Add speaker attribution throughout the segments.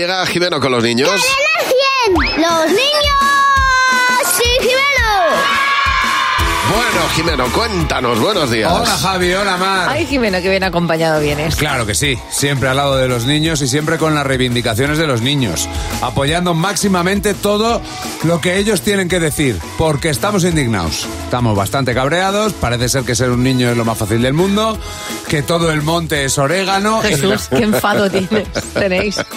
Speaker 1: Llega Jimeno con los niños.
Speaker 2: ¡Los niños! ¡Sí,
Speaker 1: Bueno, Jimeno, cuéntanos, buenos días.
Speaker 3: Hola Javi, hola Mar.
Speaker 4: Ay, Jimeno, que bien acompañado vienes.
Speaker 3: Claro que sí, siempre al lado de los niños y siempre con las reivindicaciones de los niños, apoyando máximamente todo lo que ellos tienen que decir, porque estamos indignados, estamos bastante cabreados, parece ser que ser un niño es lo más fácil del mundo, que todo el monte es orégano.
Speaker 4: Jesús, qué enfado tienes, tenéis. Este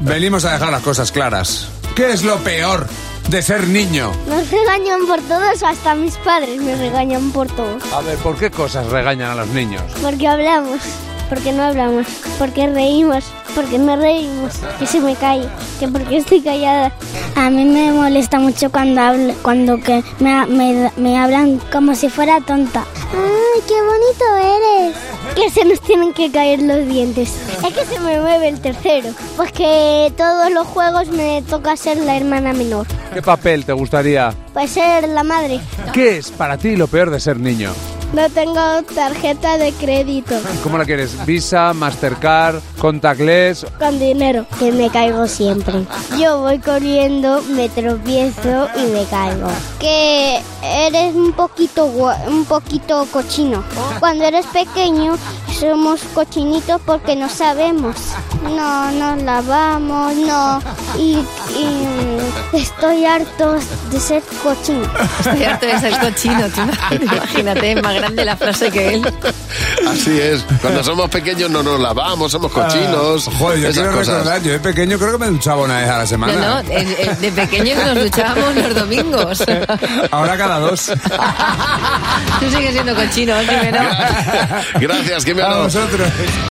Speaker 3: Venimos a dejar las cosas claras. ¿Qué es lo peor de ser niño?
Speaker 2: Nos regañan por todos, hasta mis padres me regañan por todos.
Speaker 3: A ver, ¿por qué cosas regañan a los niños?
Speaker 2: Porque hablamos, porque no hablamos, porque reímos, porque no reímos, que se me cae, que porque estoy callada. A mí me molesta mucho cuando hablo, cuando que me, me- me hablan como si fuera tonta. ¡Ay, qué bonito eres! Que se nos tienen que caer los dientes. Es que se me mueve el tercero. Pues que todos los juegos me toca ser la hermana menor.
Speaker 3: ¿Qué papel te gustaría?
Speaker 2: Pues ser la madre.
Speaker 3: ¿Qué es para ti lo peor de ser niño?
Speaker 2: No tengo tarjeta de crédito
Speaker 3: ¿Cómo la quieres? ¿Visa, Mastercard, Contactless?
Speaker 2: con dinero. Que me caigo siempre. Yo voy corriendo, me tropiezo y me caigo. Que eres un poquito gua- un poquito cochino. Cuando eres pequeño somos cochinitos porque no sabemos. No nos lavamos, no. Y, y estoy harto de ser cochino.
Speaker 4: Estoy harto de ser cochino, tú imagínate, es más grande la frase que él.
Speaker 1: Así es. Cuando somos pequeños no nos lavamos, somos cochinos.
Speaker 3: Ah, Joder, yo
Speaker 1: esas
Speaker 3: quiero
Speaker 1: cosas.
Speaker 3: recordar, yo de pequeño creo que me duchaba una vez a la
Speaker 4: No, no,
Speaker 3: semana.
Speaker 4: eh, eh, de pequeños nos duchábamos los domingos.
Speaker 3: Ahora cada dos.
Speaker 4: Tú sigues siendo cochino, Jimeno.
Speaker 1: Gracias, Jimeno.
Speaker 3: a vosotros.